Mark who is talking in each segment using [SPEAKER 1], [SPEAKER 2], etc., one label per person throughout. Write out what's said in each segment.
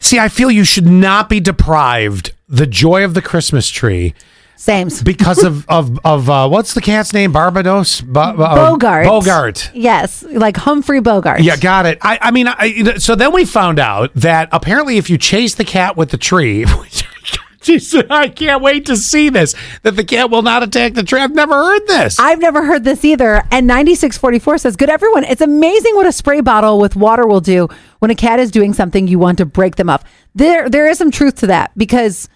[SPEAKER 1] See, I feel you should not be deprived the joy of the Christmas tree
[SPEAKER 2] Same.
[SPEAKER 1] because of of of uh, what's the cat's name? Barbados Bo- uh,
[SPEAKER 2] Bogart.
[SPEAKER 1] Bogart.
[SPEAKER 2] Yes, like Humphrey Bogart.
[SPEAKER 1] Yeah, got it. I, I mean, I, so then we found out that apparently, if you chase the cat with the tree, which Jeez, I can't wait to see this, that the cat will not attack the tree. I've never heard this.
[SPEAKER 2] I've never heard this either. And 9644 says, Good everyone. It's amazing what a spray bottle with water will do when a cat is doing something you want to break them up. There there is some truth to that because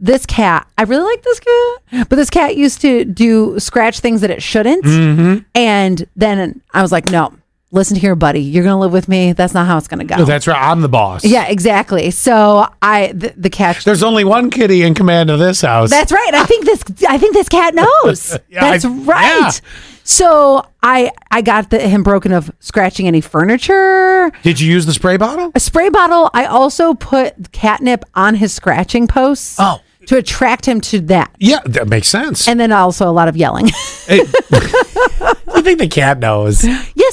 [SPEAKER 2] this cat, I really like this cat, but this cat used to do scratch things that it shouldn't.
[SPEAKER 1] Mm-hmm.
[SPEAKER 2] And then I was like, No, listen here, buddy. You're gonna live with me. That's not how it's gonna go.
[SPEAKER 1] That's right. I'm the boss.
[SPEAKER 2] yeah, exactly. So I the, the cat
[SPEAKER 1] There's only one kitty in command of this house.
[SPEAKER 2] That's right. I think this. I think this cat knows.
[SPEAKER 1] Yeah,
[SPEAKER 2] That's
[SPEAKER 1] I-
[SPEAKER 2] right.
[SPEAKER 1] yeah.
[SPEAKER 2] So I I got the, him broken of scratching any furniture.
[SPEAKER 1] Did you use the spray bottle?
[SPEAKER 2] A spray bottle. I also put catnip on his scratching posts.
[SPEAKER 1] Oh.
[SPEAKER 2] to attract him to that,
[SPEAKER 1] Yeah, that makes sense.
[SPEAKER 2] and then also a lot of yelling. yes,
[SPEAKER 1] Hey, you think the cat knows?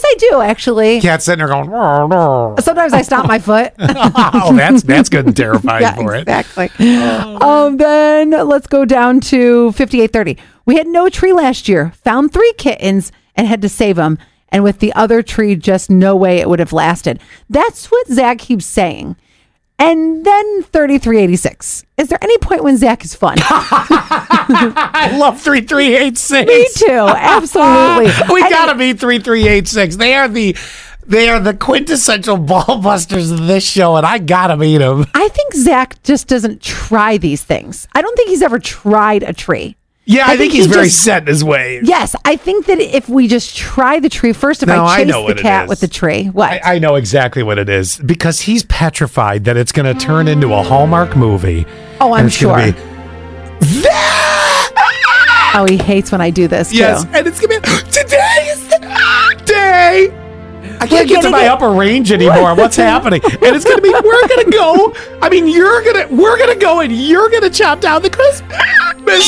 [SPEAKER 2] I do actually.
[SPEAKER 1] Cat's sitting there going, "Roar, roar."
[SPEAKER 2] Sometimes I stomp my foot.
[SPEAKER 1] oh, that's that's good and terrifying
[SPEAKER 2] yeah,
[SPEAKER 1] for it. Oh.
[SPEAKER 2] exactly. Um, then let's go down to 5830. We had no tree last year, found three kittens, and had to save them. And with the other tree, just no way it would have lasted. That's what Zach keeps saying. And then 3386. Is there any point when Zach is fun?
[SPEAKER 1] I love three three eight six.
[SPEAKER 2] Me too. Absolutely.
[SPEAKER 1] we
[SPEAKER 2] And
[SPEAKER 1] gotta be three three eight six. They are the they are the quintessential ball busters of this show, and I gotta beat them.
[SPEAKER 2] I think Zach just doesn't try these things. I don't think he's ever tried a tree.
[SPEAKER 1] Yeah, I, think,
[SPEAKER 2] think
[SPEAKER 1] he's
[SPEAKER 2] he
[SPEAKER 1] very
[SPEAKER 2] just-
[SPEAKER 1] set in his ways.
[SPEAKER 2] Yes, I think that if we just try the tree first, if
[SPEAKER 1] No, I
[SPEAKER 2] I chase
[SPEAKER 1] know
[SPEAKER 2] the
[SPEAKER 1] what it
[SPEAKER 2] cat
[SPEAKER 1] is.
[SPEAKER 2] with the tree, what?
[SPEAKER 1] I, I know exactly what it is because he's petrified that it's going to turn into a Hallmark movie.
[SPEAKER 2] Oh, I'm
[SPEAKER 1] And it's gonna
[SPEAKER 2] sure.
[SPEAKER 1] be, "Zach!"
[SPEAKER 2] Oh, he hates when I do this.
[SPEAKER 1] yes,
[SPEAKER 2] Too.
[SPEAKER 1] and it's going to be today is the dog day. I
[SPEAKER 2] We're
[SPEAKER 1] can't get to
[SPEAKER 2] gonna
[SPEAKER 1] my
[SPEAKER 2] get-
[SPEAKER 1] upper range anymore. What's happening? And it's going to be we're going to go. I mean, you're going to we're going to go and you're going to chop down the Christmas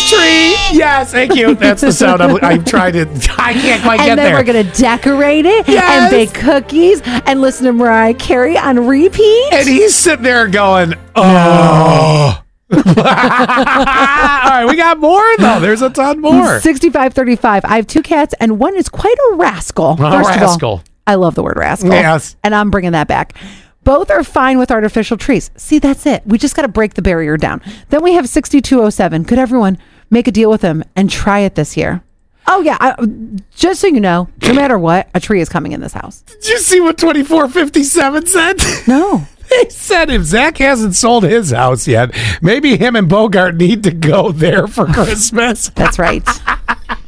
[SPEAKER 1] tree. Yes, thank you. That's the sound I'm, I'm trying to. I can't quite get
[SPEAKER 2] And then
[SPEAKER 1] there.
[SPEAKER 2] we're gonna decorate it
[SPEAKER 1] Yes.
[SPEAKER 2] and bake cookies and listen to Mariah Carey on repeat.
[SPEAKER 1] And he's sitting there going, oh. All right, we got more though. There's a ton more.
[SPEAKER 2] Sixty-five thirty-five. I have two cats, and one is quite a rascal.
[SPEAKER 1] A
[SPEAKER 2] First Of
[SPEAKER 1] rascal.
[SPEAKER 2] all, I love the word rascal.
[SPEAKER 1] Yes.
[SPEAKER 2] and I'm bringing that back. Both are fine with artificial trees. See, that's it. We just got to break the barrier down. Then we have sixty-two oh seven. Could everyone make a deal with them and try it this year? Oh yeah. I, just so you know, no matter what, a tree is coming in this house.
[SPEAKER 1] Did you see what 2457 said?
[SPEAKER 2] No.
[SPEAKER 1] they said if Zach hasn't sold his house yet, maybe him and Bogart need to go there for Christmas.
[SPEAKER 2] That's right.